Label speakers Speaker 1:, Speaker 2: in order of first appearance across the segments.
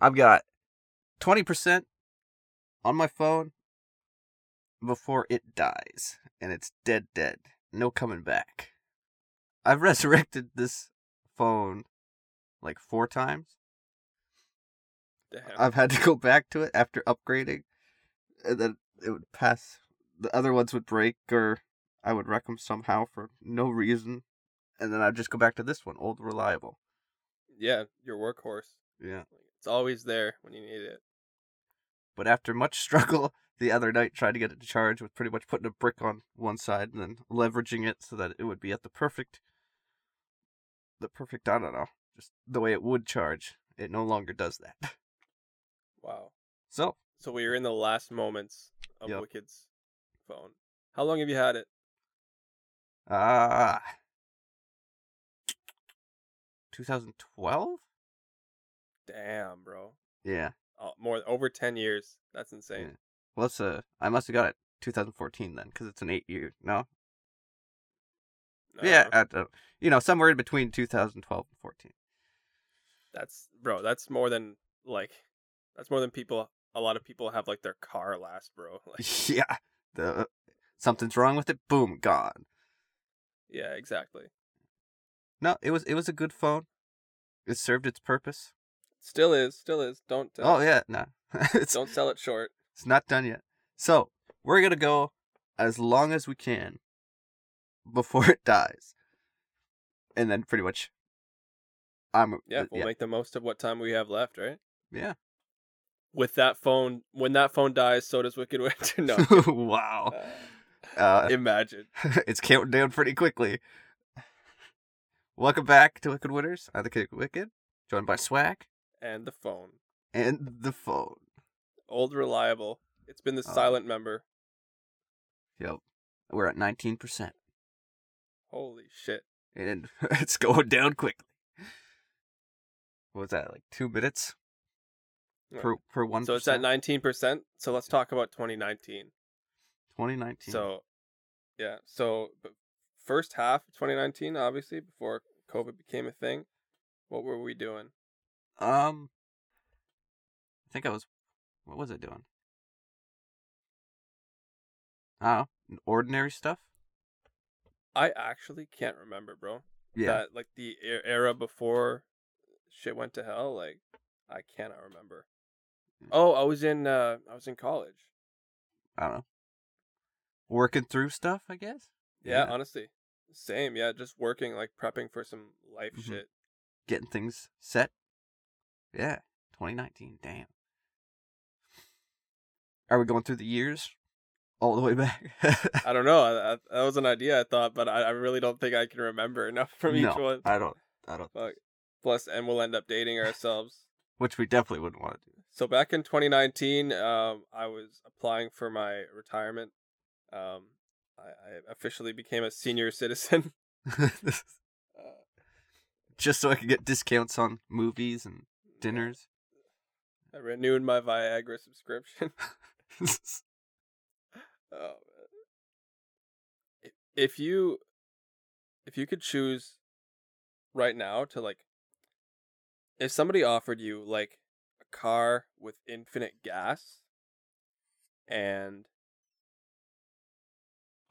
Speaker 1: I've got 20% on my phone before it dies and it's dead dead. No coming back. I've resurrected this phone like four times.
Speaker 2: Damn.
Speaker 1: I've had to go back to it after upgrading, and then it would pass. The other ones would break, or I would wreck them somehow for no reason, and then I'd just go back to this one, old reliable.
Speaker 2: yeah, your workhorse.
Speaker 1: Yeah.
Speaker 2: It's always there when you need it.
Speaker 1: But after much struggle the other night, tried to get it to charge with pretty much putting a brick on one side and then leveraging it so that it would be at the perfect, the perfect. I don't know, just the way it would charge. It no longer does that.
Speaker 2: Wow.
Speaker 1: So
Speaker 2: So we are in the last moments of
Speaker 1: Yep.
Speaker 2: Wicked's phone. How long have you had it?
Speaker 1: Ah. 2012?
Speaker 2: Damn, bro.
Speaker 1: Yeah.
Speaker 2: Uh, more over ten years. That's insane.
Speaker 1: Yeah. Well, it's a, I must have got it 2014 then, because it's an eight year. No?
Speaker 2: No,
Speaker 1: Mm. Yeah.
Speaker 2: no.
Speaker 1: I don't- you know, somewhere in between 2012 and 14.
Speaker 2: That's bro. That's more than like. That's more than people. A lot of people have like their car last, bro. Like,
Speaker 1: yeah. The, something's wrong with it. Boom, gone.
Speaker 2: yeah, exactly.
Speaker 1: No, it was it was a good phone. It served its purpose.
Speaker 2: Still is, still is. Don't uh,
Speaker 1: Oh yeah, no, it's
Speaker 2: don't sell it short.
Speaker 1: It's not done yet. So we're gonna go as long as we can before it dies, and then pretty much, I'm
Speaker 2: Yeah, we'll
Speaker 1: Uh, yeah,
Speaker 2: make the most of what time we have left, right?
Speaker 1: yeah.
Speaker 2: With that phone, when that phone dies, so does Wicked Witch. no,
Speaker 1: wow,
Speaker 2: Uh,
Speaker 1: uh,
Speaker 2: imagine.
Speaker 1: it's counting down pretty quickly. Welcome back to Wicked Winners. I'm the Kid Wicked, joined by Swag
Speaker 2: And the phone,
Speaker 1: and the phone.
Speaker 2: old reliable. It's been the
Speaker 1: Oh.
Speaker 2: silent member.
Speaker 1: Yep, we're at nineteen percent,
Speaker 2: Holy shit!
Speaker 1: and it's going down quickly. What was that like two minutes per per one?
Speaker 2: So it's at nineteen percent. So let's talk about twenty nineteen.
Speaker 1: 2019.
Speaker 2: So, yeah. So, b- first half of 2019, obviously, before COVID became a thing, what were we doing?
Speaker 1: um, I think I was. What was I doing? I don't know. Uh, Ordinary stuff.
Speaker 2: I actually can't remember, bro.
Speaker 1: Yeah,
Speaker 2: That, like, the e- era before shit went to hell, like, I cannot remember.
Speaker 1: Mm.
Speaker 2: Oh, I was in, uh, I was in college.
Speaker 1: I don't know. Working through stuff, I guess.
Speaker 2: Yeah, uh
Speaker 1: Yeah.
Speaker 2: honestly. Same. Yeah, just working, like, prepping for some life
Speaker 1: Mhm.
Speaker 2: shit.
Speaker 1: Getting things set. Yeah, 2019. Damn. Are we going through the years, all the way back?
Speaker 2: I don't know. I, I, that was an idea I thought, but I, I really don't think I can remember enough from
Speaker 1: no,
Speaker 2: each one.
Speaker 1: I don't. I don't.
Speaker 2: Fuck. Plus, and we'll end up dating ourselves.
Speaker 1: Which we definitely wouldn't want to do.
Speaker 2: So back in 2019, um, I was applying for my retirement. Um, I, I officially became a senior citizen. Uh,
Speaker 1: Just so I could get discounts on movies and dinners.
Speaker 2: I renewed my Viagra subscription.
Speaker 1: Hmm.
Speaker 2: oh, man. If- if you, if you could choose, right now to like, if somebody offered you like a car with infinite gas, and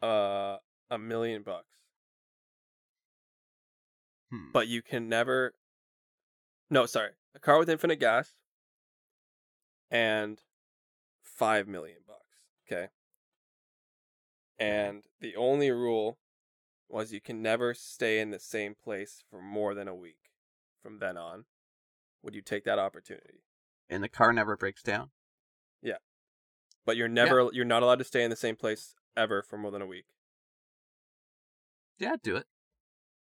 Speaker 2: uh a million bucks,
Speaker 1: Hmm.
Speaker 2: but you can never no sorry a car with infinite gas and 5 million bucks okay and the only rule was you can never stay in the same place for more than a week from then on would you take that opportunity
Speaker 1: and the car never breaks down.
Speaker 2: but you're never you're not allowed to stay in the same place ever for more than a week
Speaker 1: Yeah, I'd do it.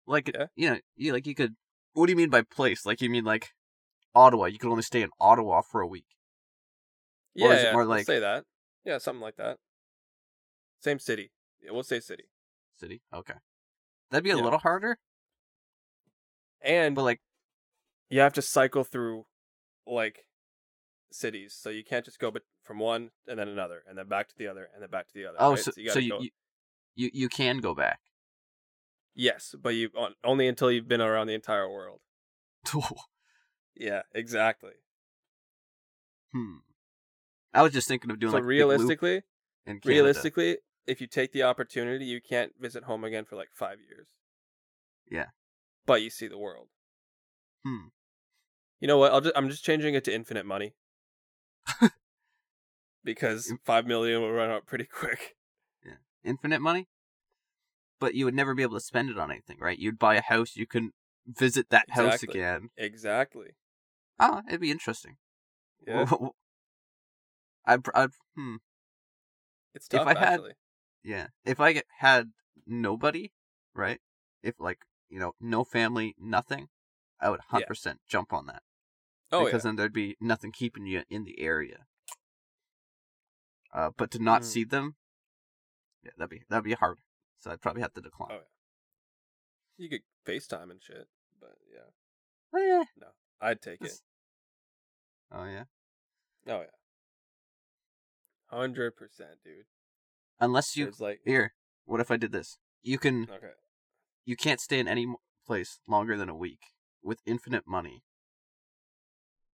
Speaker 1: Like
Speaker 2: Yeah?
Speaker 1: you know, you like you could. What do you mean by place? Like you mean like Ottawa? You could only stay in Ottawa for a week.
Speaker 2: yeah,
Speaker 1: Or is it
Speaker 2: yeah,
Speaker 1: more
Speaker 2: we'll
Speaker 1: like-
Speaker 2: say that yeah something like that same city yeah, we'll say city
Speaker 1: City, okay. That'd be a
Speaker 2: Yeah.
Speaker 1: little harder,
Speaker 2: and
Speaker 1: but like
Speaker 2: you have to cycle through like cities so you can't just go but from one and then another and then back to the other and then back to the other
Speaker 1: oh,
Speaker 2: right?
Speaker 1: so, so you,
Speaker 2: gotta
Speaker 1: you
Speaker 2: go-
Speaker 1: you you can go back.
Speaker 2: yes but you on-
Speaker 1: Hmm.
Speaker 2: only until you've been around the entire world yeah exactly
Speaker 1: Hmm. I was just thinking of doing
Speaker 2: so
Speaker 1: like a big loop
Speaker 2: realistically,
Speaker 1: in Canada.
Speaker 2: realistically, if you take the opportunity, you can't visit home again for like five years.
Speaker 1: Yeah.
Speaker 2: But you see the world.
Speaker 1: Hmm.
Speaker 2: You know what? I'll just I'm just changing it to infinite money. because five million will run out pretty quick.
Speaker 1: infinite money, but you would never be able to spend it on anything, right? You'd buy a house, you couldn't visit that house
Speaker 2: Exactly.
Speaker 1: again.
Speaker 2: Exactly.
Speaker 1: Ah, it'd be interesting.
Speaker 2: Yeah.
Speaker 1: I, I, hmm,
Speaker 2: it's
Speaker 1: if
Speaker 2: tough
Speaker 1: I had-
Speaker 2: actually.
Speaker 1: yeah. If I get- had nobody, right? If like you know, no family, nothing, I would hundred percent jump on that
Speaker 2: Oh
Speaker 1: because
Speaker 2: yeah.
Speaker 1: then there'd be nothing keeping you in the area. Uh, but to not
Speaker 2: Mm.
Speaker 1: see them, yeah, that'd be that'd be hard. So I'd probably have to decline.
Speaker 2: Oh, You could FaceTime and shit. But yeah.
Speaker 1: Oh yeah.
Speaker 2: I'd take it.
Speaker 1: That's- Oh yeah.
Speaker 2: Oh yeah. Hundred percent, dude.
Speaker 1: Unless you
Speaker 2: It's like
Speaker 1: here what if i did this you can
Speaker 2: okay.
Speaker 1: you can't stay in any mo- place longer than a week with infinite money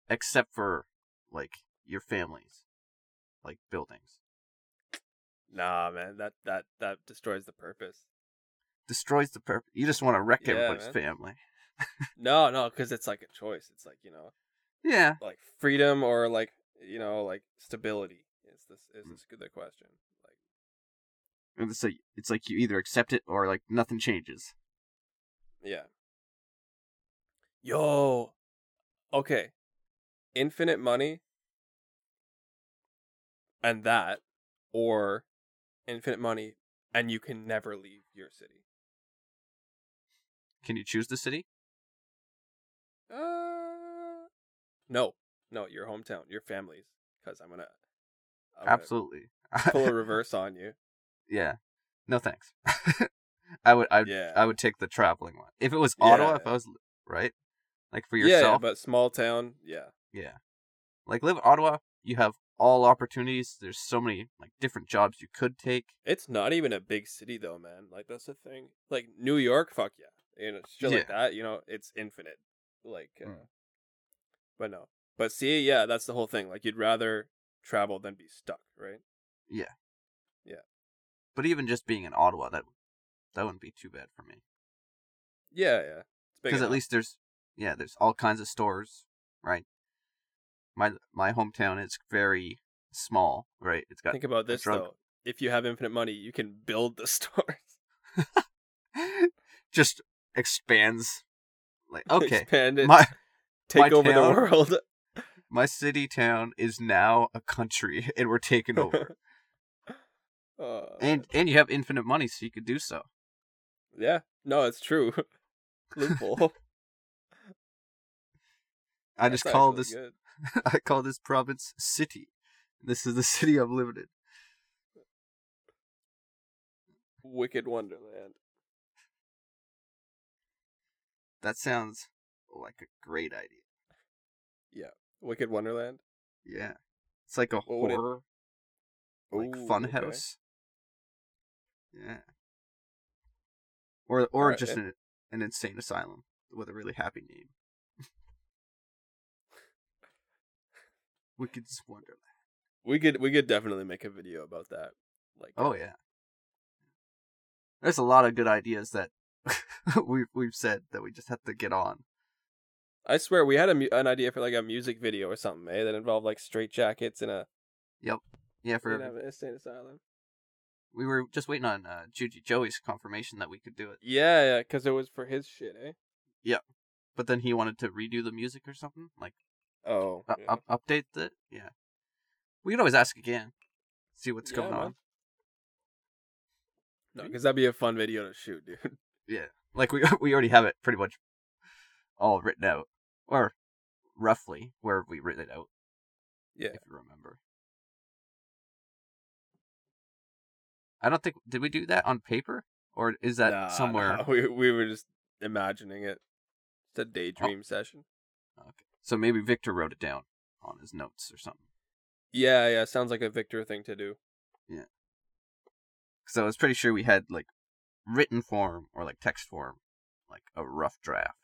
Speaker 1: except for like your families like buildings
Speaker 2: Nah, man, that that that destroys the purpose.
Speaker 1: destroys the purpose you just want to wreck
Speaker 2: Yeah,
Speaker 1: everybody's
Speaker 2: man.
Speaker 1: family
Speaker 2: No, no, because it's like a choice. It's like you know,
Speaker 1: yeah
Speaker 2: like freedom or like you know, like stability. Is this
Speaker 1: Mm.
Speaker 2: is this good? The question. Like
Speaker 1: and it's like it's like you either accept it or like nothing changes
Speaker 2: yeah. Yo, okay, infinite money, and that, or infinite money, and you can never leave your city.
Speaker 1: can you choose the city
Speaker 2: Uh, no, no, your hometown, your family's, because I'm gonna. I'm gonna
Speaker 1: absolutely
Speaker 2: Pull a reverse on you.
Speaker 1: yeah no thanks i would i would
Speaker 2: Yeah.
Speaker 1: i would take the traveling one if it was
Speaker 2: Yeah.
Speaker 1: ottawa if i was right like for
Speaker 2: Yeah, yeah,
Speaker 1: yourself
Speaker 2: but small town, yeah.
Speaker 1: Yeah. Like live in Ottawa, you have all opportunities. There's so many like different jobs you could take.
Speaker 2: It's not even a big city though, man. Like that's the thing. Like New York, fuck yeah. You know, shit like that, you know, it's infinite. Like uh,
Speaker 1: Mm.
Speaker 2: but no. But see, yeah, that's the whole thing. Like you'd rather travel than be stuck, right?
Speaker 1: But even just being in Ottawa, that that wouldn't be too bad for me.
Speaker 2: Yeah, yeah. It's big
Speaker 1: Because at
Speaker 2: enough.
Speaker 1: least there's yeah, there's all kinds of stores, right? My my hometown is very small, right? It's got
Speaker 2: think about this
Speaker 1: drunk.
Speaker 2: though. If you have infinite money, you can build the stores.
Speaker 1: just expands like okay.
Speaker 2: Expand it.
Speaker 1: My my
Speaker 2: take over
Speaker 1: town.
Speaker 2: the world.
Speaker 1: my city town is now a country and we're taken over.
Speaker 2: Uh,
Speaker 1: and and you have infinite money so you could do so.
Speaker 2: yeah. No, it's true. Loophole.
Speaker 1: I
Speaker 2: That's
Speaker 1: just call
Speaker 2: actually
Speaker 1: this
Speaker 2: good.
Speaker 1: I call this province city. This is the city I'm living in.
Speaker 2: Wicked Wonderland.
Speaker 1: That sounds like a great idea.
Speaker 2: Wicked Wonderland.
Speaker 1: Yeah. It's like a
Speaker 2: What would it-
Speaker 1: horror, like
Speaker 2: Ooh,
Speaker 1: fun
Speaker 2: okay.
Speaker 1: house. Yeah. Or or
Speaker 2: Alright, eh
Speaker 1: just
Speaker 2: yeah.
Speaker 1: an, an insane asylum with a really happy name. Wicked's Wonderland.
Speaker 2: We could we could definitely make a video about that. Like
Speaker 1: Oh yeah. There's a lot of good ideas that we've we've said that we just have to get on.
Speaker 2: I swear we had a mu- an idea for like a music video or something, eh? That involved like straight jackets and a
Speaker 1: Yeah,
Speaker 2: in
Speaker 1: for
Speaker 2: an insane asylum.
Speaker 1: we were just waiting on uh, Juju Joey's confirmation that we could do it,
Speaker 2: Yeah, yeah, because it was for his shit, eh?
Speaker 1: but then he wanted to redo the music or something, like
Speaker 2: Oh,
Speaker 1: u-
Speaker 2: yeah.
Speaker 1: Uh, up- update the yeah. We could always ask again, see what's
Speaker 2: Yeah,
Speaker 1: going
Speaker 2: man.
Speaker 1: on.
Speaker 2: no, because that'd be a fun video to shoot, dude.
Speaker 1: Like we we already have it pretty much all written out, or roughly where we written it out,
Speaker 2: Yeah,
Speaker 1: if you remember. I don't think did we do that on paper, or is that
Speaker 2: Nah,
Speaker 1: somewhere?
Speaker 2: nah, we we were just imagining it. It's a daydream session.
Speaker 1: Okay. So maybe Victor wrote it down on his notes or something.
Speaker 2: Yeah, yeah, sounds like a Victor thing to do.
Speaker 1: because I was pretty sure we had like written form or like text form, like a rough draft,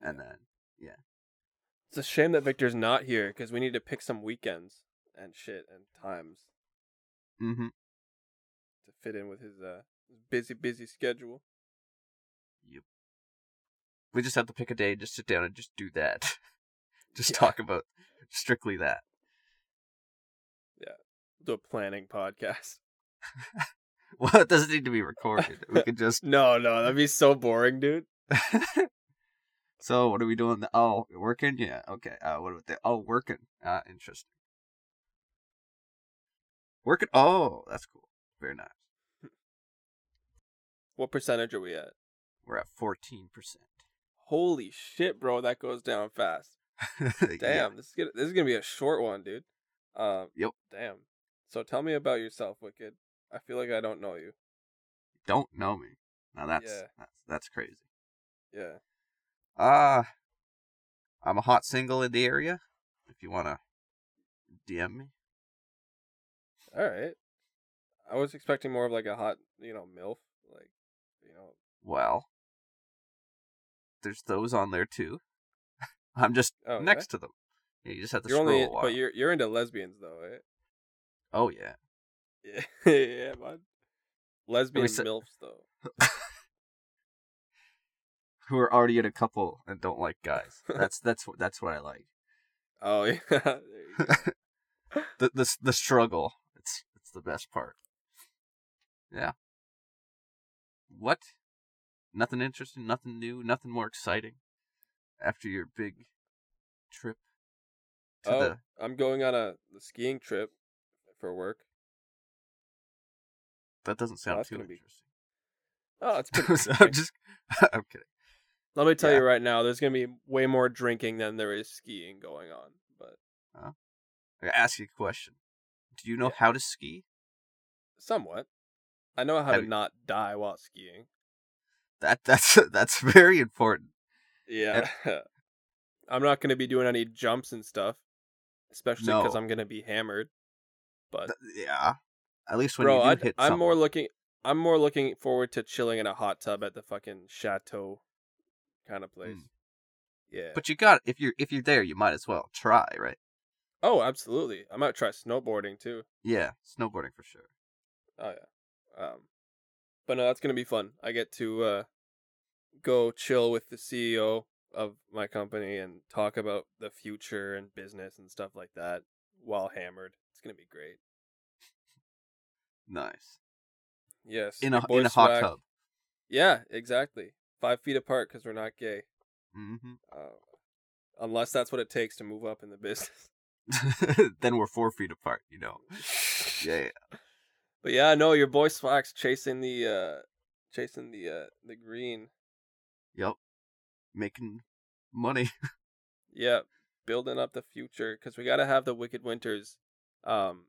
Speaker 1: and then yeah,
Speaker 2: It's a shame that Victor's not here because we need to pick some weekends and shit and times
Speaker 1: Mm-hmm.
Speaker 2: to fit in with his uh his busy busy schedule.
Speaker 1: We just have to pick a day, and just sit down and just do that. just
Speaker 2: Yeah.
Speaker 1: talk about strictly that.
Speaker 2: Do a planning podcast.
Speaker 1: Well, it doesn't need to be recorded. We could just.
Speaker 2: No, no, that'd be so boring, dude.
Speaker 1: so what are we doing? Oh, working. Yeah. Okay. Uh, what about the? Oh, working. Uh, interesting. Working. Oh, that's cool. Very nice.
Speaker 2: What percentage are we at?
Speaker 1: We're at fourteen percent.
Speaker 2: Holy shit, bro, that goes down fast. Damn, this is gonna this is gonna be a short one, dude. Um,
Speaker 1: Yep.
Speaker 2: Damn. So tell me about yourself, Wicked. I feel like I don't know you.
Speaker 1: Don't know me. Now that's
Speaker 2: Yeah.
Speaker 1: that's that's crazy.
Speaker 2: Yeah.
Speaker 1: Ah, I'm a hot single in the area. If you wanna DM me.
Speaker 2: All right. I was expecting more of like a hot, you know, milf, like, you know,
Speaker 1: Well, there's those on there too. I'm just
Speaker 2: oh,
Speaker 1: next to them. Yeah, you just have to
Speaker 2: yeah? You're
Speaker 1: scroll
Speaker 2: only,
Speaker 1: a while.
Speaker 2: but you're you're into lesbians though, right?
Speaker 1: Oh yeah.
Speaker 2: Yeah, yeah, man. Lesbian
Speaker 1: se-
Speaker 2: milfs though.
Speaker 1: Who are already in a couple and don't like guys. That's that's what that's what I like.
Speaker 2: Oh yeah. There you go.
Speaker 1: The the the struggle. It's it's the best part. Yeah. What? Nothing interesting, nothing new, nothing more exciting after your big trip to
Speaker 2: oh,
Speaker 1: the
Speaker 2: I'm going on a skiing trip for work.
Speaker 1: that doesn't sound
Speaker 2: that's
Speaker 1: too
Speaker 2: gonna be-
Speaker 1: interesting.
Speaker 2: Oh, it's pretty.
Speaker 1: So I'm just I'm kidding.
Speaker 2: Let me tell
Speaker 1: Yeah.
Speaker 2: you right now, there's gonna be way more drinking than there is skiing going on. But
Speaker 1: I gotta ask you a question. Do you know how to ski?
Speaker 2: somewhat, I know how
Speaker 1: Have
Speaker 2: to
Speaker 1: you-
Speaker 2: not die while skiing.
Speaker 1: That that's that's very important.
Speaker 2: Yeah, I'm not gonna be doing any jumps and stuff, especially because
Speaker 1: No.
Speaker 2: I'm gonna be hammered. But
Speaker 1: Th- Yeah. At least when
Speaker 2: bro,
Speaker 1: you do
Speaker 2: I'd-
Speaker 1: hit
Speaker 2: I'm
Speaker 1: something.
Speaker 2: more looking. I'm more looking forward to chilling in a hot tub at the fucking chateau kind of place.
Speaker 1: Mm.
Speaker 2: Yeah.
Speaker 1: But you got if you're if you're there, you might as well try, right?
Speaker 2: oh, absolutely. I might try snowboarding too.
Speaker 1: Yeah, snowboarding for sure.
Speaker 2: Oh yeah. Um, but no, that's gonna be fun. I get to uh, go chill with the CEO of my company and talk about the future and business and stuff like that while hammered. It's gonna be great.
Speaker 1: Nice.
Speaker 2: Yes.
Speaker 1: In
Speaker 2: your
Speaker 1: a
Speaker 2: boy
Speaker 1: in a hot
Speaker 2: Swag-
Speaker 1: tub.
Speaker 2: Yeah, exactly. Five feet apart because we're not gay.
Speaker 1: hmm
Speaker 2: Uh, unless that's what it takes to move up in the business.
Speaker 1: Mm-hmm. then we're four feet apart, you know. Yeah. yeah.
Speaker 2: But yeah, no, your boy Swag's chasing the uh chasing the uh the green.
Speaker 1: Yep. Making money.
Speaker 2: Yeah, building up the future cuz we got to have the Wicked Winters um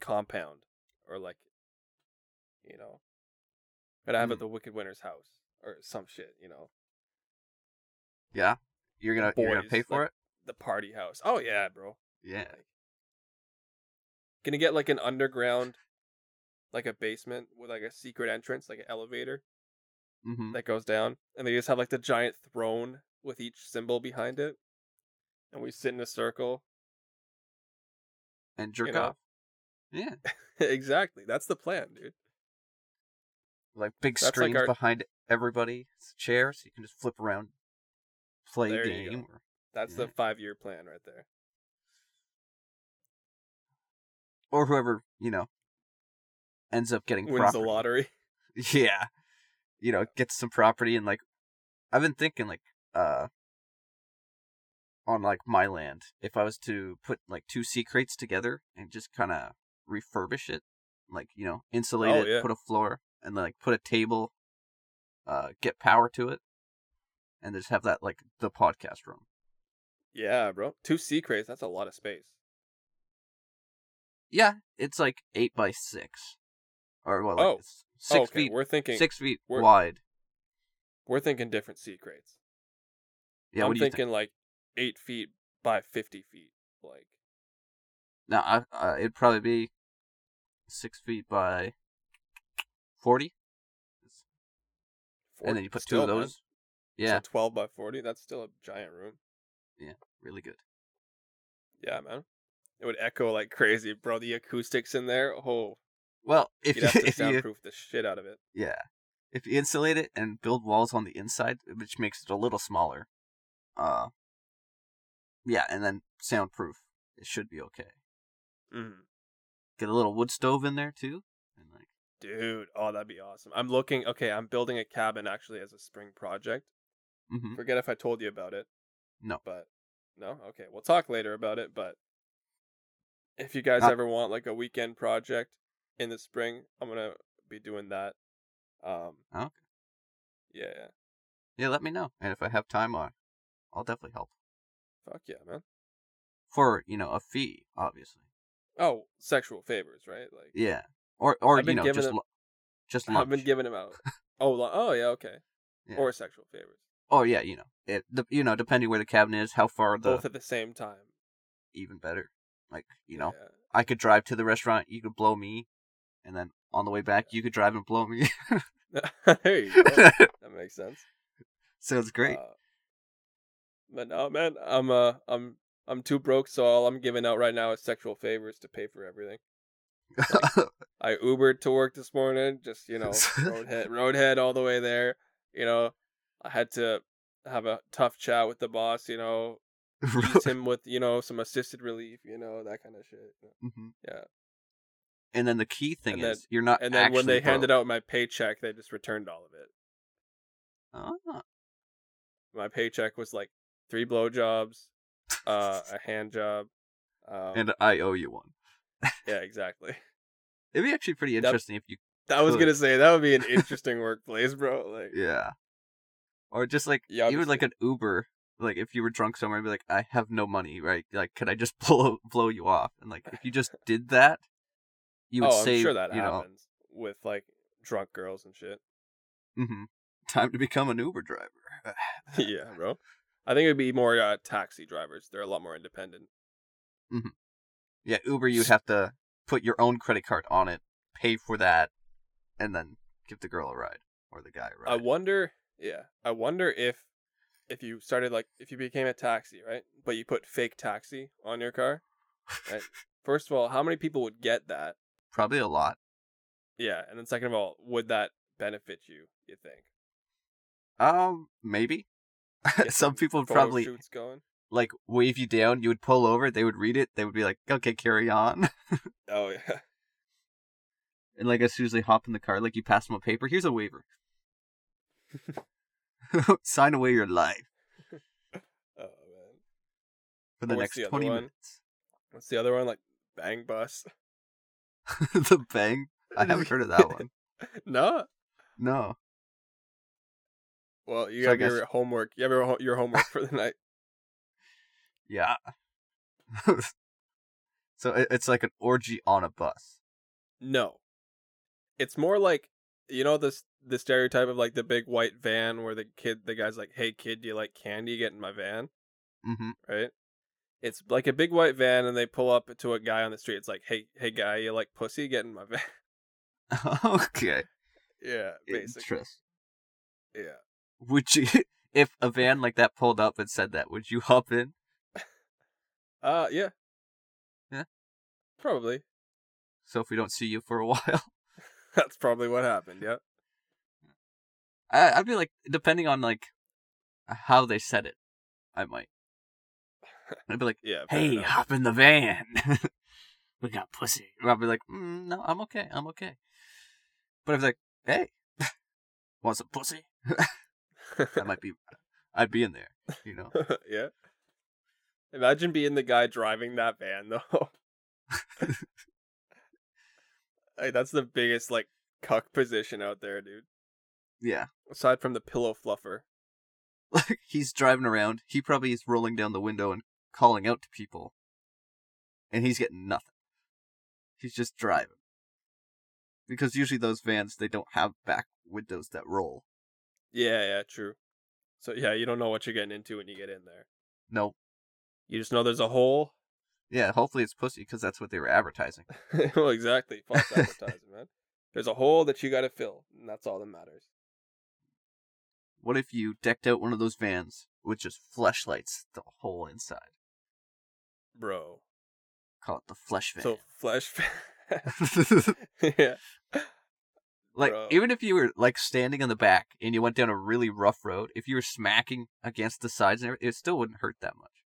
Speaker 2: compound or like you know. Got to have it
Speaker 1: Hmm.
Speaker 2: the Wicked Winters house or some shit, you know.
Speaker 1: Yeah. You're gonna you're gonna
Speaker 2: Boys,
Speaker 1: pay for
Speaker 2: like- The party house. Oh yeah, bro.
Speaker 1: it? Yeah.
Speaker 2: Going to get like an underground like a basement with like a secret entrance, like an elevator.
Speaker 1: hmm
Speaker 2: that goes down, and they just have like the giant throne with each symbol behind it, and we sit in a circle.
Speaker 1: And jerk
Speaker 2: know.
Speaker 1: off. Yeah.
Speaker 2: exactly, that's the plan, dude.
Speaker 1: Like big
Speaker 2: That's like
Speaker 1: screens
Speaker 2: our-
Speaker 1: behind everybody. It's a chair so you can just flip around play
Speaker 2: There you
Speaker 1: game or
Speaker 2: That's the
Speaker 1: Yeah.
Speaker 2: five-year plan right there.
Speaker 1: or whoever you know ends up getting
Speaker 2: Wins
Speaker 1: property.
Speaker 2: the lottery.
Speaker 1: Yeah, you know, gets some property and like I've been thinking like uh on like my land if I was to put like two sea crates together and just kind of refurbish it, like you know, insulate
Speaker 2: Oh,
Speaker 1: it,
Speaker 2: yeah.
Speaker 1: put a floor, and like put a table, uh, get power to it, and just have that like the podcast room.
Speaker 2: Yeah, bro. Two sea crates. That's a lot of space.
Speaker 1: Yeah, it's like eight by six, or well, like
Speaker 2: Oh.
Speaker 1: it's six
Speaker 2: oh, okay.
Speaker 1: feet,
Speaker 2: We're thinking.
Speaker 1: six feet
Speaker 2: we're-
Speaker 1: wide.
Speaker 2: We're thinking different sea crates.
Speaker 1: Yeah,
Speaker 2: I'm
Speaker 1: what do you think?
Speaker 2: thinking like eight feet by fifty feet. Like,
Speaker 1: No, I, uh, it'd probably be six feet by forty, and then
Speaker 2: 40
Speaker 1: you put two
Speaker 2: still,
Speaker 1: of
Speaker 2: man.
Speaker 1: those. Yeah,
Speaker 2: So twelve by forty. That's still a giant room.
Speaker 1: really good.
Speaker 2: Yeah, man. It would echo like crazy, bro. The acoustics in there, oh,
Speaker 1: Well, if
Speaker 2: you'd have
Speaker 1: you,
Speaker 2: to
Speaker 1: if you
Speaker 2: soundproof the shit out of it.
Speaker 1: Yeah. If you insulate it and build walls on the inside, which makes it a little smaller, uh, yeah, and then soundproof, it should be okay.
Speaker 2: Mm.
Speaker 1: Get a little wood stove in there too, and like,
Speaker 2: Dude, oh, that'd be awesome. I'm looking. Okay, I'm building a cabin actually as a spring project.
Speaker 1: hmm
Speaker 2: Forget if I told you about it.
Speaker 1: No.
Speaker 2: But no, okay. We'll talk later about it, but if you guys
Speaker 1: Uh-
Speaker 2: ever want like a weekend project in the spring, I'm going to be doing that. Um
Speaker 1: Okay.
Speaker 2: Yeah.
Speaker 1: yeah, let me know, and if I have time, I, I'll definitely help
Speaker 2: Fuck yeah, man.
Speaker 1: for you know a fee, obviously.
Speaker 2: Oh, sexual favors, right? Like
Speaker 1: Yeah, or or
Speaker 2: I've
Speaker 1: you
Speaker 2: been
Speaker 1: know
Speaker 2: given
Speaker 1: just
Speaker 2: a-
Speaker 1: lu- just
Speaker 2: I've
Speaker 1: lunch.
Speaker 2: been giving them out. Oh, lo- oh yeah, okay.
Speaker 1: Yeah.
Speaker 2: Or sexual favors.
Speaker 1: oh yeah, you know it. The, you know depending where the cabin is, how far the
Speaker 2: Both at the same time.
Speaker 1: even better. Like you know,
Speaker 2: Yeah.
Speaker 1: I could drive to the restaurant, you could blow me, and then on the way back, you could drive and blow me.
Speaker 2: there you go. that makes sense.
Speaker 1: Sounds great.
Speaker 2: Uh, but no, man, I'm uh, I'm I'm too broke, so all I'm giving out right now is sexual favors to pay for everything. I Ubered to work this morning, just you know, roadhead, roadhead all the way there. You know, I had to have a tough chat with the boss. You know, ease him with you know some assisted relief. You know that kind of shit.
Speaker 1: Mhm.
Speaker 2: Yeah.
Speaker 1: And then the key thing
Speaker 2: And then-
Speaker 1: is you're not.
Speaker 2: And then when they handed
Speaker 1: up,
Speaker 2: out my paycheck, they just returned all of it.
Speaker 1: Ah,
Speaker 2: my paycheck was like three blowjobs, uh, a hand job. Um,
Speaker 1: and uh I owe you one.
Speaker 2: yeah, exactly.
Speaker 1: It'd be actually pretty
Speaker 2: That-
Speaker 1: interesting if you.
Speaker 2: I was
Speaker 1: Could.
Speaker 2: gonna say that would be an interesting workplace, bro. Like,
Speaker 1: Yeah. Or just like
Speaker 2: Yeah,
Speaker 1: even like an Uber, like if you were drunk somewhere, be like, I have no money, right? Like, could I just blow blow you off? And like, if you just did that, you would
Speaker 2: oh,
Speaker 1: save.
Speaker 2: I'm sure that
Speaker 1: you know,
Speaker 2: happens with like drunk girls and shit.
Speaker 1: mhm. time to become an Uber driver.
Speaker 2: yeah, bro. I think it'd be more uh, taxi drivers. They're a lot more independent.
Speaker 1: Yeah, Uber, you have to put your own credit card on it, pay for that, and then give the girl a ride or the guy a ride.
Speaker 2: I wonder. Yeah, I wonder if if you started like if you became a taxi, right? But you put fake taxi on your car. Right? First of all, how many people would get that?
Speaker 1: Probably a lot.
Speaker 2: Yeah, and then second of all, would that benefit you? You think?
Speaker 1: Um, maybe. Some people would
Speaker 2: Photo
Speaker 1: probably
Speaker 2: shoots going.
Speaker 1: like wave you down. You would pull over. They would read it. They would be like, "Okay, carry on."
Speaker 2: Oh yeah,
Speaker 1: And like as soon as they hop in the car, like you pass them a paper. Here's a waiver. Sign away your life
Speaker 2: oh man.
Speaker 1: for the
Speaker 2: Or what's
Speaker 1: next
Speaker 2: the other
Speaker 1: twenty
Speaker 2: one?
Speaker 1: minutes.
Speaker 2: What's the other one? Like bang bus?
Speaker 1: the bang. I haven't heard of that one.
Speaker 2: no.
Speaker 1: No.
Speaker 2: Well, you
Speaker 1: So I
Speaker 2: have your
Speaker 1: guess-
Speaker 2: homework. You have your, ho- your homework for the night.
Speaker 1: Yeah. so it- it's like an orgy on a bus.
Speaker 2: No, it's more like you know this the stereotype of like the big white van where the kid the guy's like, "Hey kid, do you like candy? Get in my van."
Speaker 1: Mm-hmm.
Speaker 2: Right. It's like a big white van, and they pull up to a guy on the street. It's like, "Hey, hey guy, you like pussy? Get in my van."
Speaker 1: okay.
Speaker 2: yeah, basically.
Speaker 1: Interest.
Speaker 2: Yeah.
Speaker 1: Would you, if a van like that pulled up and said that, would you hop in?
Speaker 2: Uh, yeah.
Speaker 1: Yeah?
Speaker 2: Probably.
Speaker 1: So if we don't see you for a while,
Speaker 2: That's probably what happened. Yeah.
Speaker 1: I, I'd be like, depending on like how they said it, I might. I'd be like,
Speaker 2: Yeah. fair
Speaker 1: hey,
Speaker 2: enough.
Speaker 1: hop in the van. we got pussy. Or I'd be like, mm, no, I'm okay, I'm okay. But if like, hey, want some pussy? That might be, I'd be in there, you know.
Speaker 2: yeah. Imagine being the guy driving that van though. hey, that's the biggest like cuck position out there, dude.
Speaker 1: Yeah,
Speaker 2: Aside from the pillow fluffer.
Speaker 1: like he's driving around. He probably is rolling down the window and calling out to people, and he's getting nothing. He's just driving. Because usually those vans they don't have back windows that roll.
Speaker 2: Yeah, yeah, true. So yeah, you don't know what you're getting into when you get in there.
Speaker 1: No,
Speaker 2: You just know there's a hole.
Speaker 1: yeah. Hopefully it's pussy because that's what they were advertising.
Speaker 2: well, exactly. False advertising, man. There's a hole that you got to fill, and that's all that matters.
Speaker 1: What if you decked out one of those vans with just flashlights the whole inside?
Speaker 2: bro.
Speaker 1: Call it the flesh van.
Speaker 2: So flesh fan. yeah.
Speaker 1: like
Speaker 2: Bro.
Speaker 1: even if you were like standing in the back and you went down a really rough road, if you were smacking against the sides and everything, it still wouldn't hurt that much.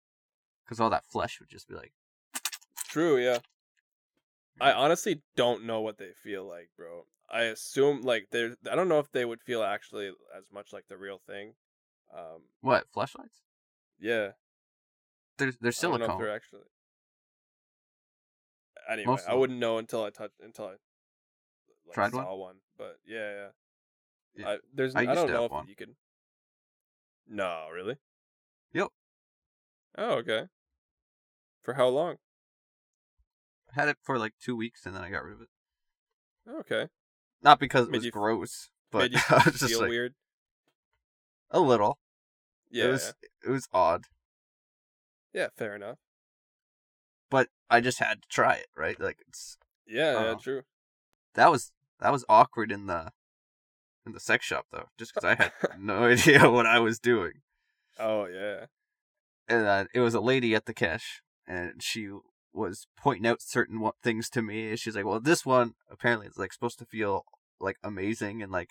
Speaker 1: Because all that flesh would just be like,
Speaker 2: True, yeah. I honestly don't know what they feel like, bro. I assume like they're I don't know if they would feel actually as much like the real thing. Um
Speaker 1: what flashlights?
Speaker 2: yeah.
Speaker 1: They're they're
Speaker 2: I don't know if
Speaker 1: silicone.
Speaker 2: they're actually Anyway,
Speaker 1: Most of
Speaker 2: I
Speaker 1: them.
Speaker 2: wouldn't know until I touched until I like,
Speaker 1: Tried one?
Speaker 2: saw one. But yeah, yeah.
Speaker 1: Yeah.
Speaker 2: I, there's
Speaker 1: I
Speaker 2: I,
Speaker 1: used
Speaker 2: don't
Speaker 1: to
Speaker 2: know
Speaker 1: have
Speaker 2: if
Speaker 1: one.
Speaker 2: you can No, really?
Speaker 1: Yep.
Speaker 2: Oh, okay. For how long?
Speaker 1: Had it for like two weeks and then I got rid of it.
Speaker 2: Okay.
Speaker 1: Not because it
Speaker 2: Made
Speaker 1: was
Speaker 2: you f-
Speaker 1: gross, but
Speaker 2: Made you
Speaker 1: I was just
Speaker 2: feel
Speaker 1: like
Speaker 2: weird.
Speaker 1: a little.
Speaker 2: Yeah.
Speaker 1: It was it was odd,
Speaker 2: yeah. Yeah, fair enough.
Speaker 1: but I just had to try it. Right, like it's
Speaker 2: Yeah, yeah,
Speaker 1: Uh-huh.
Speaker 2: true.
Speaker 1: that was that was awkward in the in the sex shop though, just because I had no idea what I was doing.
Speaker 2: oh yeah.
Speaker 1: and uh, it was a lady at the cash, and she was pointing out certain wa- things to me. and She's like, "Well, this one apparently is like supposed to feel like amazing and like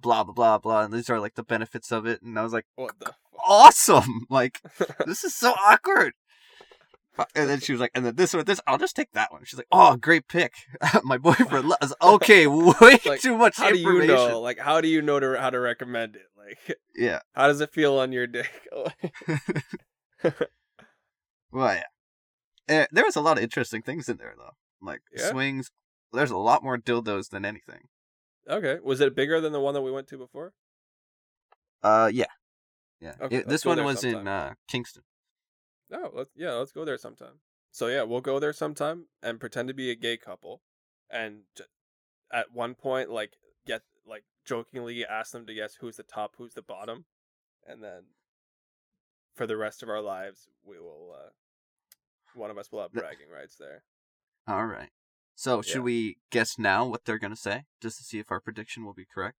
Speaker 1: blah blah blah blah, and these are like the benefits of it." And I was like,
Speaker 2: What the
Speaker 1: "Awesome! Like
Speaker 2: fuck?
Speaker 1: this is so awkward." Uh, And then she was like, "And then this one, this I'll just take that one." She's like, "Oh, great pick." My boyfriend loves. Okay, way
Speaker 2: Like,
Speaker 1: too much
Speaker 2: how do
Speaker 1: information.
Speaker 2: you know? Like how do you know to, how to recommend it? Like
Speaker 1: Yeah.
Speaker 2: how does it feel on your dick?
Speaker 1: Well, yeah. Uh, there was a lot of interesting things in there, though. Like
Speaker 2: Yeah?
Speaker 1: swings. There's a lot more dildos than anything.
Speaker 2: okay. Was it bigger than the one that we went to before?
Speaker 1: Uh, yeah, yeah.
Speaker 2: Okay,
Speaker 1: It-
Speaker 2: let's
Speaker 1: this
Speaker 2: go
Speaker 1: one
Speaker 2: there
Speaker 1: was in
Speaker 2: sometime.
Speaker 1: uh, Kingston.
Speaker 2: No, let's yeah, let's go there sometime. So yeah, we'll go there sometime and pretend to be a gay couple, and j- at one point, like get like jokingly ask them to guess who's the top, who's the bottom, and then for the rest of our lives, we will. uh One of us will have
Speaker 1: Th-
Speaker 2: bragging rights there.
Speaker 1: All right. So should
Speaker 2: Yeah.
Speaker 1: we guess now what they're gonna say, just to see if our prediction will be correct?